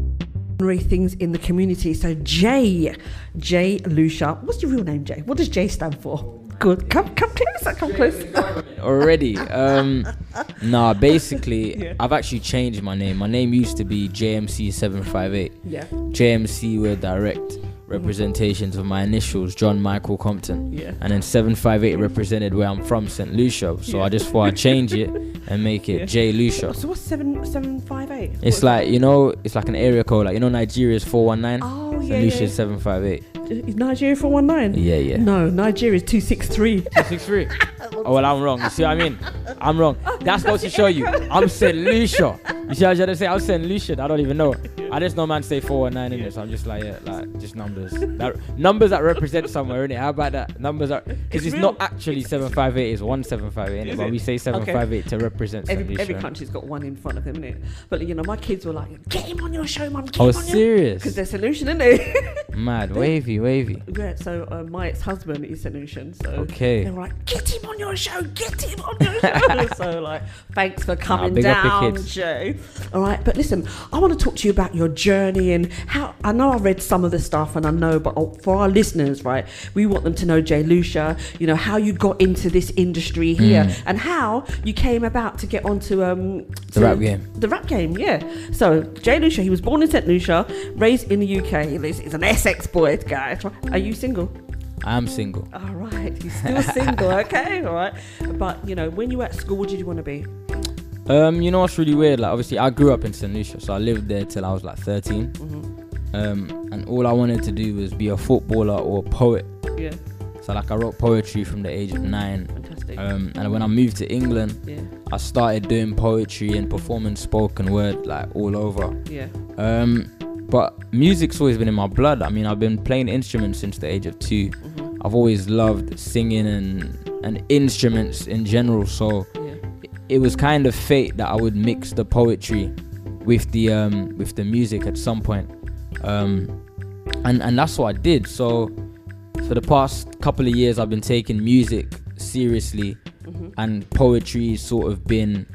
extraordinary things in the community. So Jay, Jay Lusha, what's your real name, Jay? What does Jay stand for? Good. Come, come close. Come close. already. Um, nah, basically, Yeah. I've actually changed my name. My name used to be JMC758. yeah. JMC were direct representations of my initials, John Michael Compton. Yeah. And then 758 represented where I'm from, St. Lucia. So Yeah. I just thought I'd change it and make it Yeah. J Lucia. So what's seven seven five eight? It's like, you know, it's like an area code. Like, you know, Nigeria is 419. Oh St. yeah, yeah. Lucia is 758. Is Nigeria four one nine? Yeah, yeah. No, Nigeria is two six three. 263. Oh, well, I'm wrong. You see what I mean? I'm wrong. That's supposed to show you. I'm St. Lucia. You see what I'm trying to say? I'm St. Lucia. I don't even know. I just know man say 419 in it, so I'm just like, yeah, like, just numbers. That, numbers that represent somewhere, innit? How about that? Numbers that. Because It's it's, real. not actually 758, it's 1758, innit? Is But it? we say 758 to represent St. Every, Lucia. every country's got one in front of them, innit? But you know, my kids were like, "Get him on your show, mum. Get Oh, him on your because serious? they're solution, isn't it? Mad. Wavy, wavy. yeah. So uh, my ex-husband is solution. So Okay. they were like, "Get him on your show. Get him on your show." so like, thanks for coming big up your down, kids. Joe. All right, but listen, I want to talk to you about your journey and how. I know I read some of the stuff, and I know, but uh, for our listeners, right, we want them to know Jay Lucia. You know how you got into this industry here Mm. and how you came about to get onto um The to- rap game. the rap game, yeah. So Jay Lucia, he was born in St Lucia, raised in the UK. He lives, he's an Essex boy, guy. Are you single? I'm single. All right, he's still single. Okay, all right. But you know, when you were at school, what did you want to be? Um, you know what's really weird? Like, obviously, I grew up in St. Lucia, so I lived there till I was like 13. Um, and all I wanted to do was be a footballer or a poet. Yeah, So, like, I wrote poetry from the age of nine. fantastic. Um, and when I moved to England, yeah, I started doing poetry and performing spoken word, like, all over. yeah, Um, but music's always been in my blood. I mean, I've been playing instruments since the age of 2 Mhm. i I've always loved singing and, and instruments in general, so yeah. it was kind of fate that I would mix the poetry with the um with the music at some point. Um and and that's what I did. So for the past couple of years I've been taking music seriously Mhm. and poetry sort of been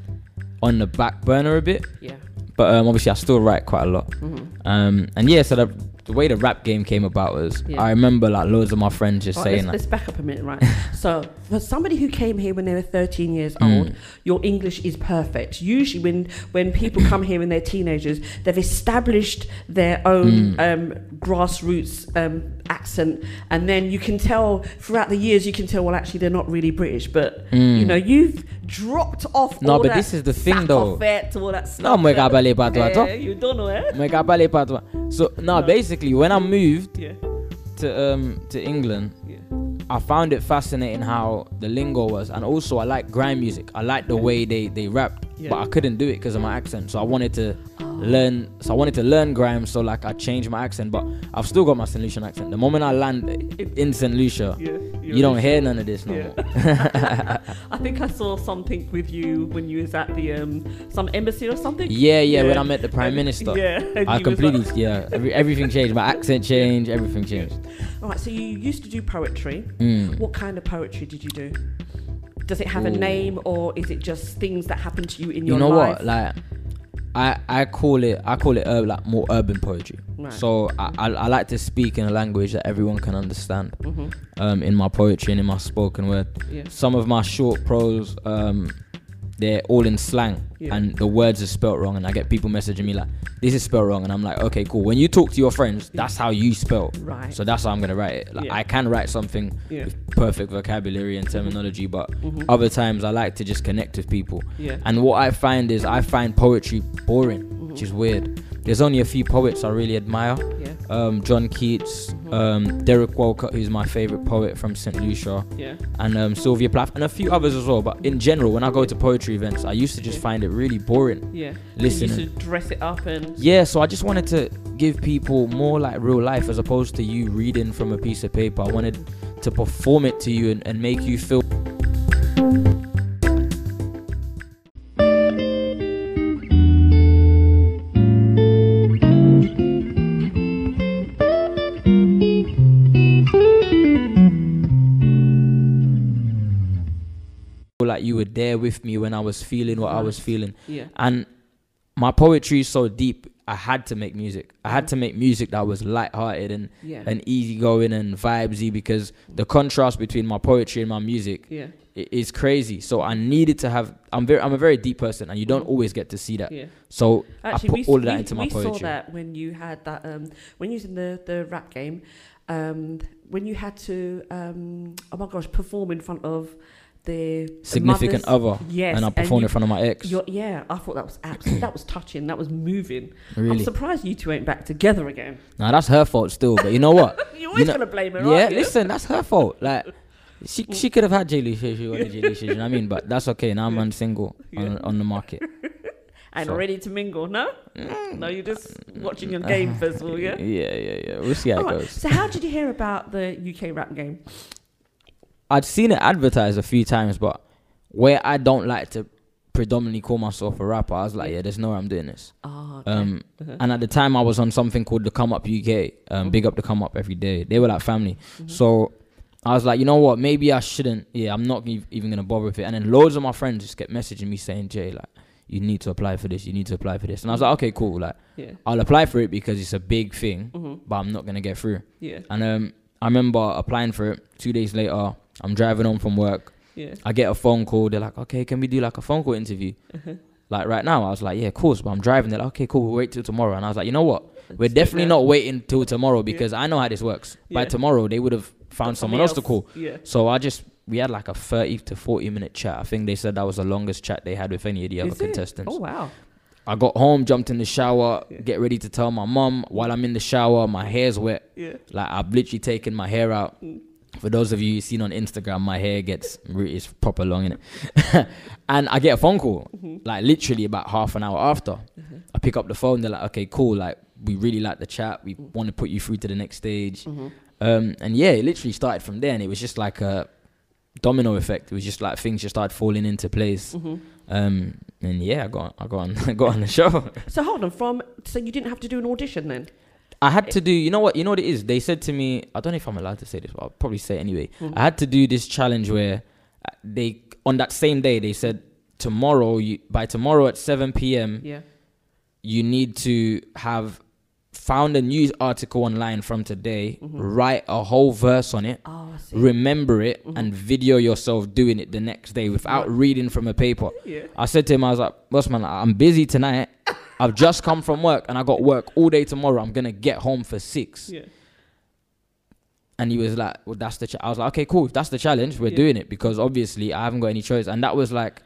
on the back burner a bit. Yeah. But um obviously I still write quite a lot. Mhm. Um and yeah, so the the way the rap game came about was Yeah. Oh, I remember like loads of my friends just All right, saying let's, like let's back up a minute, right? so, for somebody who came here when they were 13 years Mm. old, your English is perfect. Usually, when when people come here and they're teenagers, they've established their Hmm. own um, grassroots um, accent, and then you can tell throughout the years, you can tell well, actually, they're not really British, but you know, you've dropped off. Hmm. No, all but that this is the thing, sack though. of it, all that stuff. No, me gabale patwa, yeah, you don't know, eh? Me gabale patwa. So no, basically when I moved Yeah, to um to England, yeah, I found it fascinating how the lingo was, and also I like grime music. I like the way they they rapped, Yeah. Ah. but I couldn't do it because of my accent. So I wanted to learn. So I wanted to learn grime. So like I changed my accent, but I've still got my Saint Lucian accent. The moment I land in Saint Lucia, yeah. you don't hear none of this no Yeah. more. I think I saw something with you when you was at the um some embassy or something. Yeah, yeah. When I met the prime And- minister, Yeah. and I you was completely like- yeah. Every, everything changed. My accent changed. Everything changed. All right. So you used to do poetry. Mm. What kind of poetry did you do? Does it have a Ooh. name, or is it just things that happen to you in you your know life? what like i i call it i call it uh, like more urban poetry Right. so I, I i like to speak in a language that everyone can understand Mhm. um in my poetry and in my spoken word Yeah. some of my short prose um they're all in slang Yeah. and the words are spelt wrong and i get people messaging me like this is spelt wrong and i'm like okay cool when you talk to your friends that's how you spell Right. so that's how i'm gonna write it like Yeah. i can write something Yeah. with perfect vocabulary and terminology but Mhm. other times i like to just connect with people Yeah. Mm-hmm. and what I find is I find poetry boring, which is weird. There's only a few poets I really admire. Yeah. Um, John Keats, Mm-hmm. um, Derek Walcott, who's my favorite poet from St. Lucia, Yeah. and um, Sylvia Plath, and a few others as well. But in general, when I go to poetry events, I used to just Yeah. find it really boring. Yeah. Listen. You used to dress it up and. Yeah, so I just wanted to give people more like real life as opposed to you reading from a piece of paper. I wanted to perform it to you and, and make you feel. Like you were there with me when I was feeling what I was Nice. feeling Yeah. and my poetry is so deep. I had to make music. I had to make music that was light-hearted and Yeah. and easygoing and vibesy because the contrast between my poetry and my music Yeah. i- is crazy. So I needed to have. I'm very. I'm a very deep person, and you don't always get to see that. Yeah. So Actually, I put we, all of that we, into my we poetry. saw that when you had that um, when you was in the the rap game, um, when you had to um, oh my gosh perform in front of the the Significant mothers. other, Yes, and I performed you- in front of my ex. Your, yeah, I thought that was absolutely that was touching. That was moving. I'm Really? surprised you two ain't back together again. Now that's her fault still, but you know what? You're always know- gonna blame her. yeah, aren't you? listen, that's her fault. Like, she she could have had Jay Leash if she wanted Jay Leash, you know what I mean? But that's okay. Now I'm single on, on the market. and so- ready to mingle. No, Mm. no, you're just watching your game first of all. Yeah. yeah, yeah, yeah. We'll see how it Alright, goes. So how did you hear about the UK rap game? I'd seen it advertised a few times, but where I don't like to predominantly call myself a rapper, I was like, yeah, there's no way I'm doing this. Ah, okay. Um, and at the time I was on something called the Come Up UK. Um, big up the Come Up every day. They were like family. Mm-hmm. So I was like, you know what? Maybe I shouldn't. Yeah, I'm not ev- even gonna bother with it. And then loads of my friends just kept messaging me saying, Jay, like, you need to apply for this. You need to apply for this. And I was like, okay, cool. Like, yeah, I'll apply for it because it's a big thing, Mhm. but I'm not gonna get through. yeah, And um, I remember applying for it. Two days later, I'm driving home from work. yeah. I get a phone call. They're like, okay, can we do like a phone call interview? Uh-huh. Like right now, I was like, yeah, of course. But I'm driving. They're like, okay, cool. We'll wait till tomorrow. And I was like, you know what? We're Just get definitely there. not waiting till tomorrow because I know how this works. By Yeah. tomorrow, they would have found someone else to call. Yeah. So I just we had like a 30 to 40 minute chat. I think they said that was the longest chat they had with any of the other Is it? contestants. Oh wow. I got home, jumped in the shower, Yeah. get ready to tell my mum. While I'm in the shower, my hair's wet. Yeah. Like I've literally taken my hair out. For those of you you've seen on Instagram, my hair gets re- it's proper long in it, and I get a phone call Mm-hmm. like literally about half an hour after. I pick up the phone. They're like, "Okay, cool. Like we really like the chat. We want to put you through to the next stage." Mm-hmm. Um, and yeah, it literally started from there, and it was just like a domino effect. It was just like things just started falling into place. Mm-hmm. Um, and yeah, I got I got on, I got on the show. So hold on. From so you didn't have to do an audition then. I had to do, you know what, you know what it is? They said to me, I don't know if I'm allowed to say this, but I'll probably say it anyway. I had to do this challenge where uh, they, on that same day, they said, tomorrow, you, by tomorrow at 7 p.m., Yeah. you need to have found a news article online from today, write a whole verse on it, Oh, I see. remember it, and video yourself doing it the next day without reading from a paper. Yeah. I said to him, I was like, boss man, I'm busy tonight. I've just come from work and I got work all day tomorrow. I'm gonna get home for six. Yeah. And he was like, well, that's the. Cha-. I was like, okay, cool. If that's the challenge, we're Yeah. doing it because obviously I haven't got any choice. And that was like,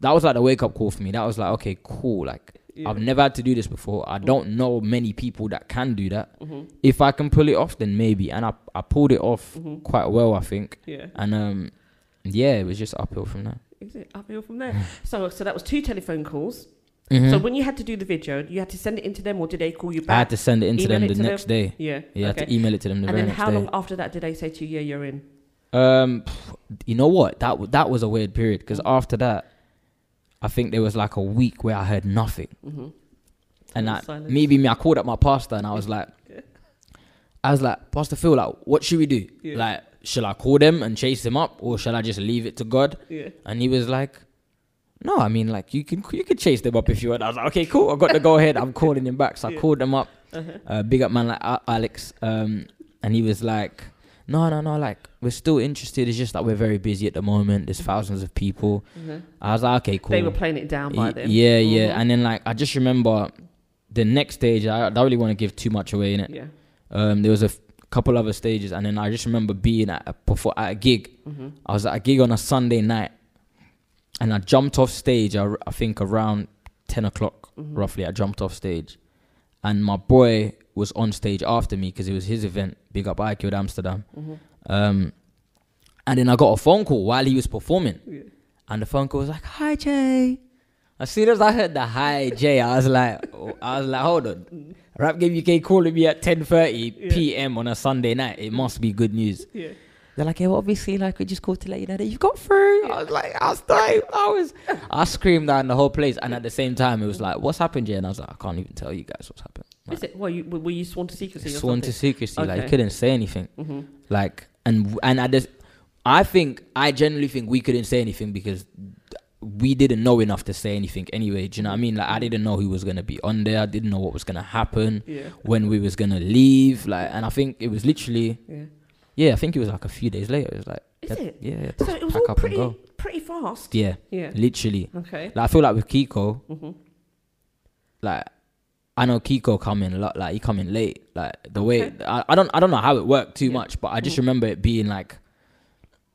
that was like the wake up call for me. That was like, okay, cool. Like Yeah. I've never had to do this before. I don't know many people that can do that. Mm-hmm. If I can pull it off, then maybe. And I I pulled it off quite well, I think. Yeah. And um, yeah, it was just uphill from there. Is it uphill from there? so so that was two telephone calls. Mhm. So when you had to do the video, you had to send it into them, or did they call you back? I had to send it in to Email them it the to them? next day. Yeah. Yeah, I okay. had to email it to them the and very then next how day. long after that did they say to you, "Yeah, you're in"? Um, you know what? That w- that was a weird period because after that, I think there was like a week where I heard nothing, and Total I, Mm-hmm. silence. maybe me, I called up my pastor and I was like, I was like, Pastor Phil, like, what should we do? Yeah. Like, shall I call them and chase them up, or shall I just leave it to God? Yeah. And he was like, No, I mean, like you can you can chase them up if you want. I was like, Okay, cool. I got to go ahead. I'm calling him back. So I called them up. Uh-huh. Uh, big up man like A- Alex. Um, and he was like, No, no, no. Like we're still interested. It's just that we're very busy at the moment. There's thousands of people. I was like, Okay, cool. Mm-hmm. They were playing it down by Y- then. Mm-hmm. Yeah, yeah. And then like I just remember the next stage. I, I don't really want to give too much away in it. Yeah. Um, there was a f- couple other stages, and then I just remember being at a, perfor- at a gig. I was at a gig on a Sunday night, and I jumped off stage. I, r- I think around ten o'clock, roughly. I jumped off stage, and my boy was on stage after me because it was his event. Big up IQ at Amsterdam. Um, and then I got a phone call while he was performing, and the phone call was like, "Hi Jay." As soon as I heard the hi Jay, I was like, I was like, hold on, Rap Game UK calling me at 10:30 p.m. on a Sunday night. It must be good news. Yeah. They're like, yeah, well, obviously, like we just called to let you know that you got through. I was like, I was, dying. I was, I screamed down the whole place, and at the same time, it was like, what's happened, Jay? And I was like, I can't even tell you guys what's happened. Like, Is it? Well, you, were you sworn to secrecy? or sworn to something? Mm-hmm. secrecy, like Okay. you couldn't say anything, like, and and I just, I think I generally think we couldn't say anything because we didn't know enough to say anything anyway. Do you know what I mean? Like I didn't know who was gonna be on there. I didn't know what was gonna happen. Yeah. When we was gonna leave. Like, and I think it was literally, Yeah. yeah, I think it was like a few days later. It was like, Is let- it? yeah, yeah, So it was all pack up and pretty, go. pretty fast. yeah, Yeah. literally. Okay. Like I feel like with Kiko, Mhm. like I know Kiko come in a lot. Like he come in late. Like the way I, I don't I don't know how it worked too Yeah. Mm-hmm. much, but I just remember it being like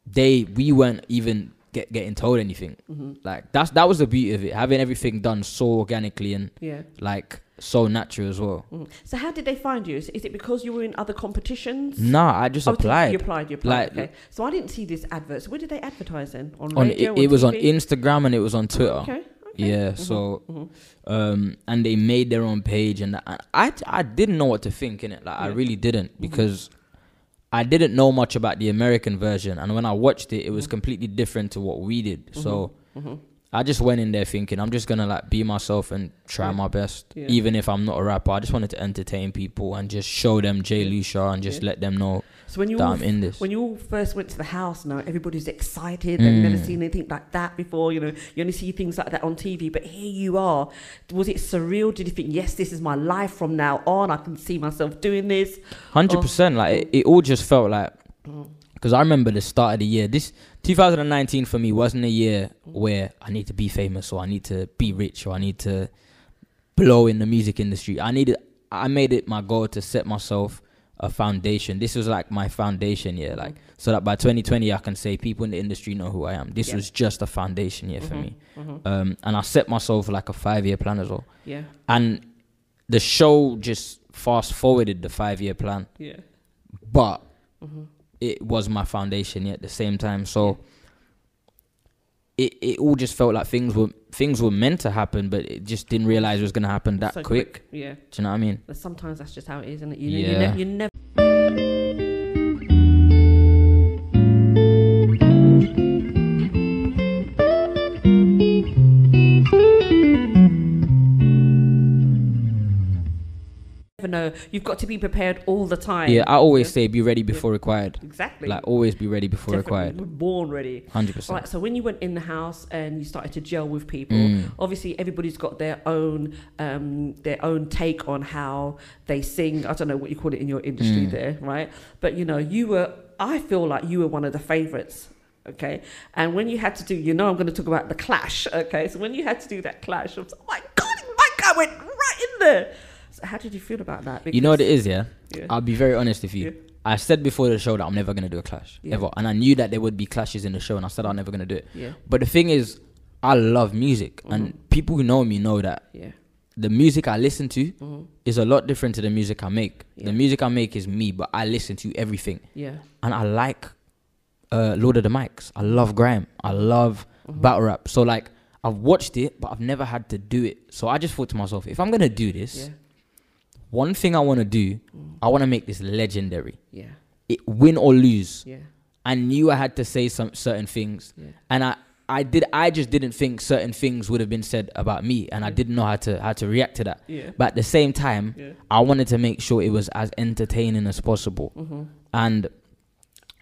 they we weren't even get, getting told anything. Mm-hmm. Like that's that was the beauty of it, having everything done so organically and Yeah. like so natural as well. Mhm. So how did they find you? Is, is it because you were in other competitions? Nah, I just Oh, You applied. applied. You applied. Like- okay. So I didn't see this advert. So where did they advertise then? On, on radio, it, it was on TV? Instagram and it was on Twitter. Okay. Mm-hmm. Yeah, so um and they made their own page and I I, I didn't know what to think in it. Like I Yeah. Mm-hmm. really didn't because I didn't know much about the American version and when I watched it it Mm-hmm. was completely different to what we did. So I just went in there thinking I'm just going to like be myself and try Yeah. my best Yeah. even if I'm not a rapper. I just wanted to entertain people and just show them Jay Lucia and just Yeah. let them know So when you that all, I'm in this. when you all first went to the house, now everybody's excited. They've never Mm. seen anything like that before. You know, you only see things like that on TV, but here you are. Was it surreal? Did you think, yes, this is my life from now on? I can see myself doing this. Hundred percent. Like it, it all just felt like because I remember the start of the year. This 2019 for me wasn't a year where I need to be famous or I need to be rich or I need to blow in the music industry. I needed. I made it my goal to set myself a foundation. This was like my foundation year, like so that by 2020 I can say people in the industry know who I am. This Yeah. was just a foundation year for me, mhm. um, and I set myself like a five year plan as well. Yeah, And the show just fast forwarded the five year plan yeah, but Mm-hmm. it was my foundation at the same time. So it it all just felt like things were things were meant to happen, but it just didn't realize it was gonna happen that So quick. yeah. Do you know what I mean? But sometimes that's just how it is, isn't it? You, you, Yeah. ne- you never. never know. You've got to be prepared all the time. Yeah, I always say be ready before required. exactly. Like always be ready before Definitely required. we're born ready. Hundred All percent. right, so when you went in the house and you started to gel with people, Mm. obviously everybody's got their own um, their own take on how they sing. I don't know what you call it in your industry Mm. there, right? But you know, you were I feel like you were one of the favorites. Okay, and when you had to do, you know, I'm going to talk about the clash. Okay, so when you had to do that clash, I was oh my god, my guy went right in there. So how did you feel about that? You know what it is, yeah? Yeah. I'll be very honest with you. Yeah. I said before the show that I'm never gonna do a clash. Yeah. Ever. And I knew that there would be clashes in the show and I said I'm never gonna do it. Yeah. But the thing is, I love music Mm-hmm. and people who know me know that yeah, the music I listen to is a lot different to the music I make. Mm-hmm. Yeah. The music I make is me, but I listen to everything, yeah, and I like uh, Lord of the Mics. I love grime. I love Mm-hmm. battle rap. So like, I've watched it, but I've never had to do it. So I just thought to myself, if I'm gonna do this, yeah, Mm. one thing I want to do, I want to make this legendary. yeah, It win or lose. yeah, I knew I had to say some certain things, yeah. and I. I did. I just didn't think certain things would have been said about me, and I Mm. didn't know how to how to react to that. Yeah. But at the same time, Yeah. I wanted to make sure it was as entertaining as possible. And mm-hmm.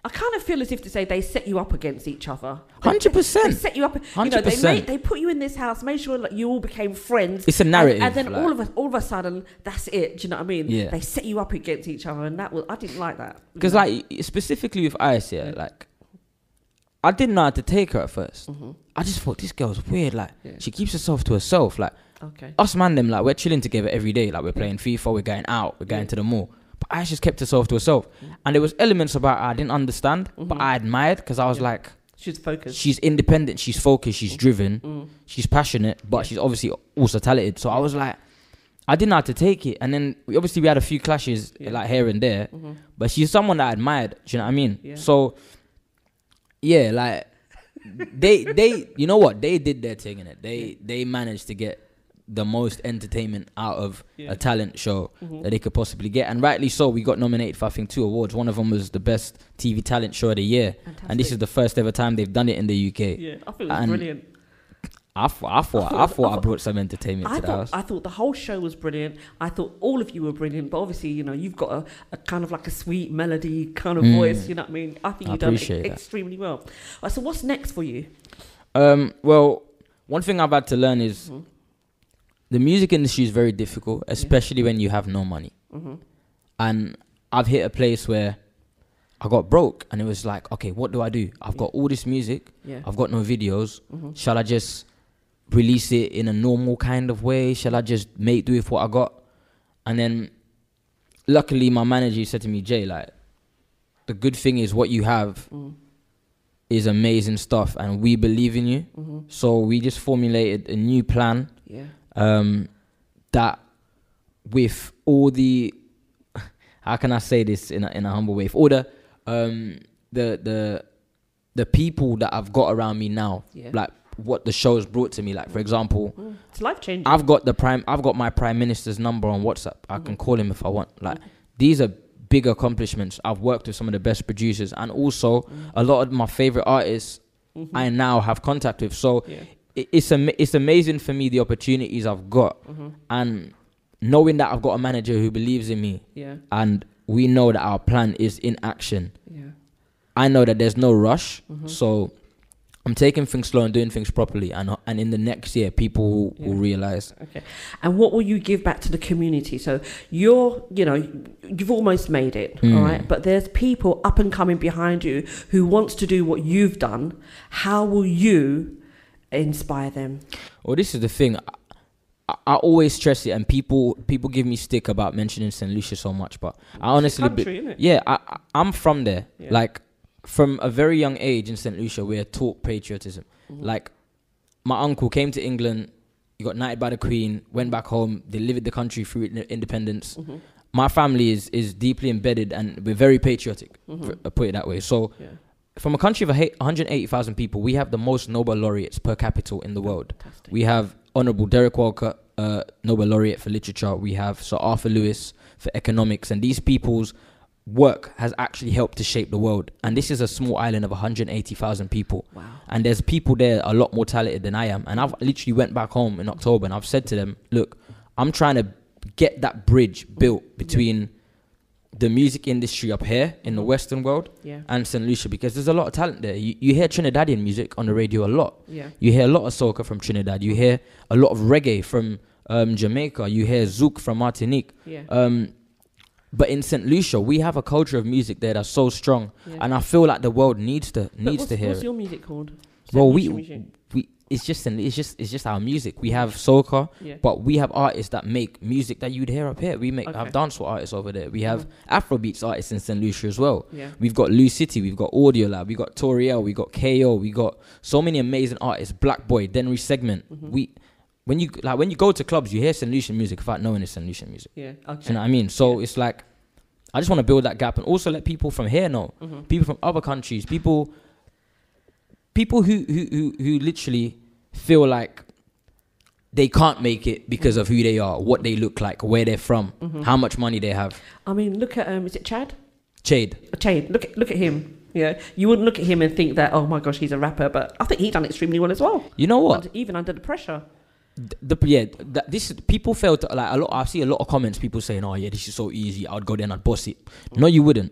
I kind of feel as if to say they set you up against each other. They- 100%. They set you up. You know, they, 100%. made, they put you in this house, made sure like, you all became friends. It's a and- narrative, And, then like- all of a all of a sudden, that's it. Do you know what I mean? Yeah. They set you up against each other, and that was I didn't like that. you because know? like specifically with Ice, yeah, like I didn't know how to take her at 1st I just thought this girl's weird. Like Mm-hmm. Yeah. she Oh. keeps herself to herself. Like okay, us man, them like we're chilling together every day. Like we're playing FIFA, we're going out, we're going Yeah. Mm-hmm. to the mall. But Ice just kept herself to herself, and there was elements about her I didn't understand, but I admired because I was Yeah. like. she's focused. She's independent. She's focused. She's driven. Mm. She's passionate, but she's obviously also talented. So I was like, I didn't know how to take it. And then we, obviously we had a few clashes Yeah. like here and there, Mm-hmm. but she's someone that I admired. Do you know what I mean? Yeah. So yeah, like they they you know what they did their thing in it. They they managed to get the most entertainment out of Yeah. Mm-hmm. a talent show that they could possibly get, and rightly so. We got nominated for I think two awards. One of them was the best TV talent show of the year, and this Fantastic. is the first ever time they've done it in the UK. yeah, I thought it was and- brilliant. I thought, I thought- thought, I thought I I thought- brought some entertainment I to the thought, house. I thought the whole show was brilliant. I thought all of you were brilliant, but obviously, you know, you've got a, a kind of like a sweet melody kind of Mm. voice. You know what I mean? I think I you've done appreciate it that. extremely well. All right, so what's next for you? Um, well, One thing I've had to learn is the music industry is very difficult, especially when you have no money. Mm-hmm. And I've hit a place where I got broke, and it was like, okay, what do I do? I've got all this music, Yeah. I've got no videos. Shall I just release it in a normal kind of way? Shall I just make do with what I got? And then, luckily, my manager said to me, Jay, like, the good thing is what you have is amazing stuff, and we believe in you. So we just formulated a new plan Yeah. um, that with all the how can I say this in a, in a humble way? With all the um, the the the people that I've got around me now, Yeah. Mm. like what the show's brought to me. Like for example, It's life changing. I've got the prime. I've got my prime minister's number on WhatsApp. I can call him if I want. Like these are big accomplishments. I've worked with some of the best producers, and also a lot of my favorite artists. I now have contact with. So Yeah. i- it's am- it's amazing for me the opportunities I've got, and knowing that I've got a manager who believes in me, Yeah. and we know that our plan is in action. Yeah. I know that there's no rush, so I'm taking things slow and doing things properly, and and in the next year, people will, will realize. Okay. And what will you give back to the community? So you're, you know, you've almost made it, Hmm. all right? But there's people up and coming behind you who wants to do what you've done. How will you inspire them? Well, this is the thing. I- I, I always stress it, and people people give me stick about mentioning Saint Lucia so much, but I honestly, be- country, innit? yeah, I, I I'm from there. Yeah. Like from a very young age in Saint Lucia, we're taught patriotism. Like my uncle came to England, he got knighted by the Queen, went back home, delivered the country through in- independence. My family is is deeply embedded, and we're very patriotic. f- uh, Put it that way. So. Mm-hmm. Yeah. From a country of a ha- 180,000 people, we have the most Nobel laureates per capita in the world. Fantastic. We have Honourable Derek Walker, uh, Nobel laureate for literature. We have Sir Arthur Lewis for economics, and these people's work has actually helped to shape the world. And this is a small island of 180,000 people. Wow. And there's people there a lot more talented than I am. And I've literally went back home in October, and I've said to them, "Look, I'm trying to get that bridge built between." The music industry up here in the Western world Yeah. and St. Lucia because there's a lot of talent there. You, you hear Trinidadian music on the radio a lot. Yeah. You hear a lot of soca from Trinidad. You hear a lot of reggae from um, Jamaica. You hear zouk from Martinique. Yeah. Um, but in St. Lucia, we have a culture of music there that's so strong, Yeah. and I feel like the world needs to But needs what's, to hear what's it. your music called? Well, Send we, us your music. we it's just Saint- it's just it's just our music. We have soca, Yeah. but we have artists that make music that you'd hear up here. We make have Okay. dancehall artists over there. We have Afrobeats artists in St. Lucia as well. Yeah. We've got Lou City, we've got Audio Lab, we got Toriel, we got KO, we got so many amazing artists. Black Boy, Denry Segment. We when you like when you go to clubs, you hear St. Lucian music without knowing it's St. Lucian music. Yeah. Do you Okay. know what I mean? So it's like I just want to build that gap and also let people from here know, people from other countries, people, people who who who, who literally feel like they can't make it because of who they are, what they look like, where they're from, how much money they have. I mean, look at um, is it Chad? Chade, Chad, look at look at him. Yeah, you wouldn't look at him and think that oh my gosh, he's a rapper, but I think he done extremely well as well. you know what? Under- even under the pressure. the yeah that this is- people fail to like a lot i see a lot of comments people saying oh yeah this is so easy i'd go there and i'd boss it no you wouldn't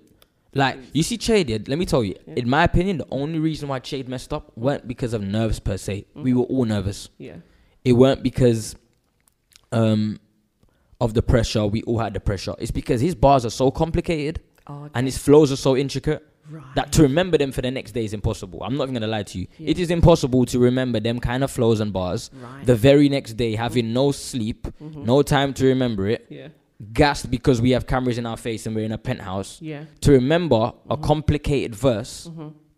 like you see Chade, yeah, let me tell you in my opinion the only reason why Chade messed up weren't because of nerves per se we were all nervous Yeah. it weren't because um of the pressure we all had the pressure it's because his bars are so complicated Oh, and his flows are so intricate Right. that to remember them for the next day is impossible. I'm not even gonna lie to you. It is impossible to remember them kind of flows and bars Right. the very next day, having no sleep, no time to remember it, yeah. gassed because we have cameras in our face and we're in a penthouse. Yeah. To remember a Mm-hmm. complicated verse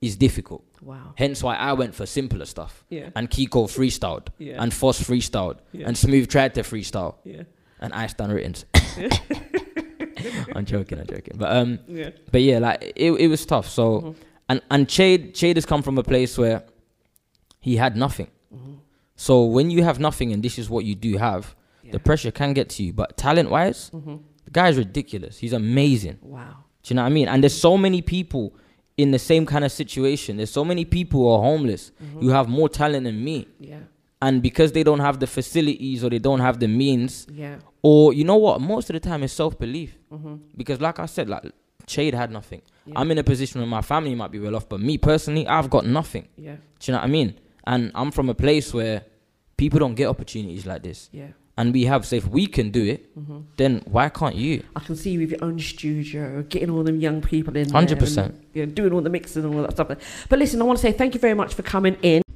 is difficult. Wow. Hence why I went for simpler stuff. Yeah. And Kiko freestyled. Yeah. And Foss freestyled. Yeah. And Smooth tried to freestyle. Yeah. And Ice done writtens. I'm joking, I'm joking. But um Yeah. but yeah, like it, it was tough. So Mm-hmm. and and Chade Chade has come from a place where he had nothing. So when you have nothing and this is what you do have, Yeah. Mm-hmm. the pressure can get to you. But talent wise, the guy's ridiculous. He's amazing. Wow. Do you know what I mean? And there's so many people in the same kind of situation. There's so many people who are homeless who have more talent than me. Yeah. And because they don't have the facilities or they don't have the means, Yeah. Mm-hmm. or you know what most of the time it's self-belief because like i said like Chade had nothing i'm in a position where my family might be well off but me personally i've got nothing Yeah. do you know what i mean and i'm from a place where people don't get opportunities like this. Yeah. And we have, say, if we can do it, then why can't you? I can see you with your own studio, getting all them young people in. there and, 100%. you know, doing all the mixing and all that stuff. But listen, I want to say thank you very much for coming in.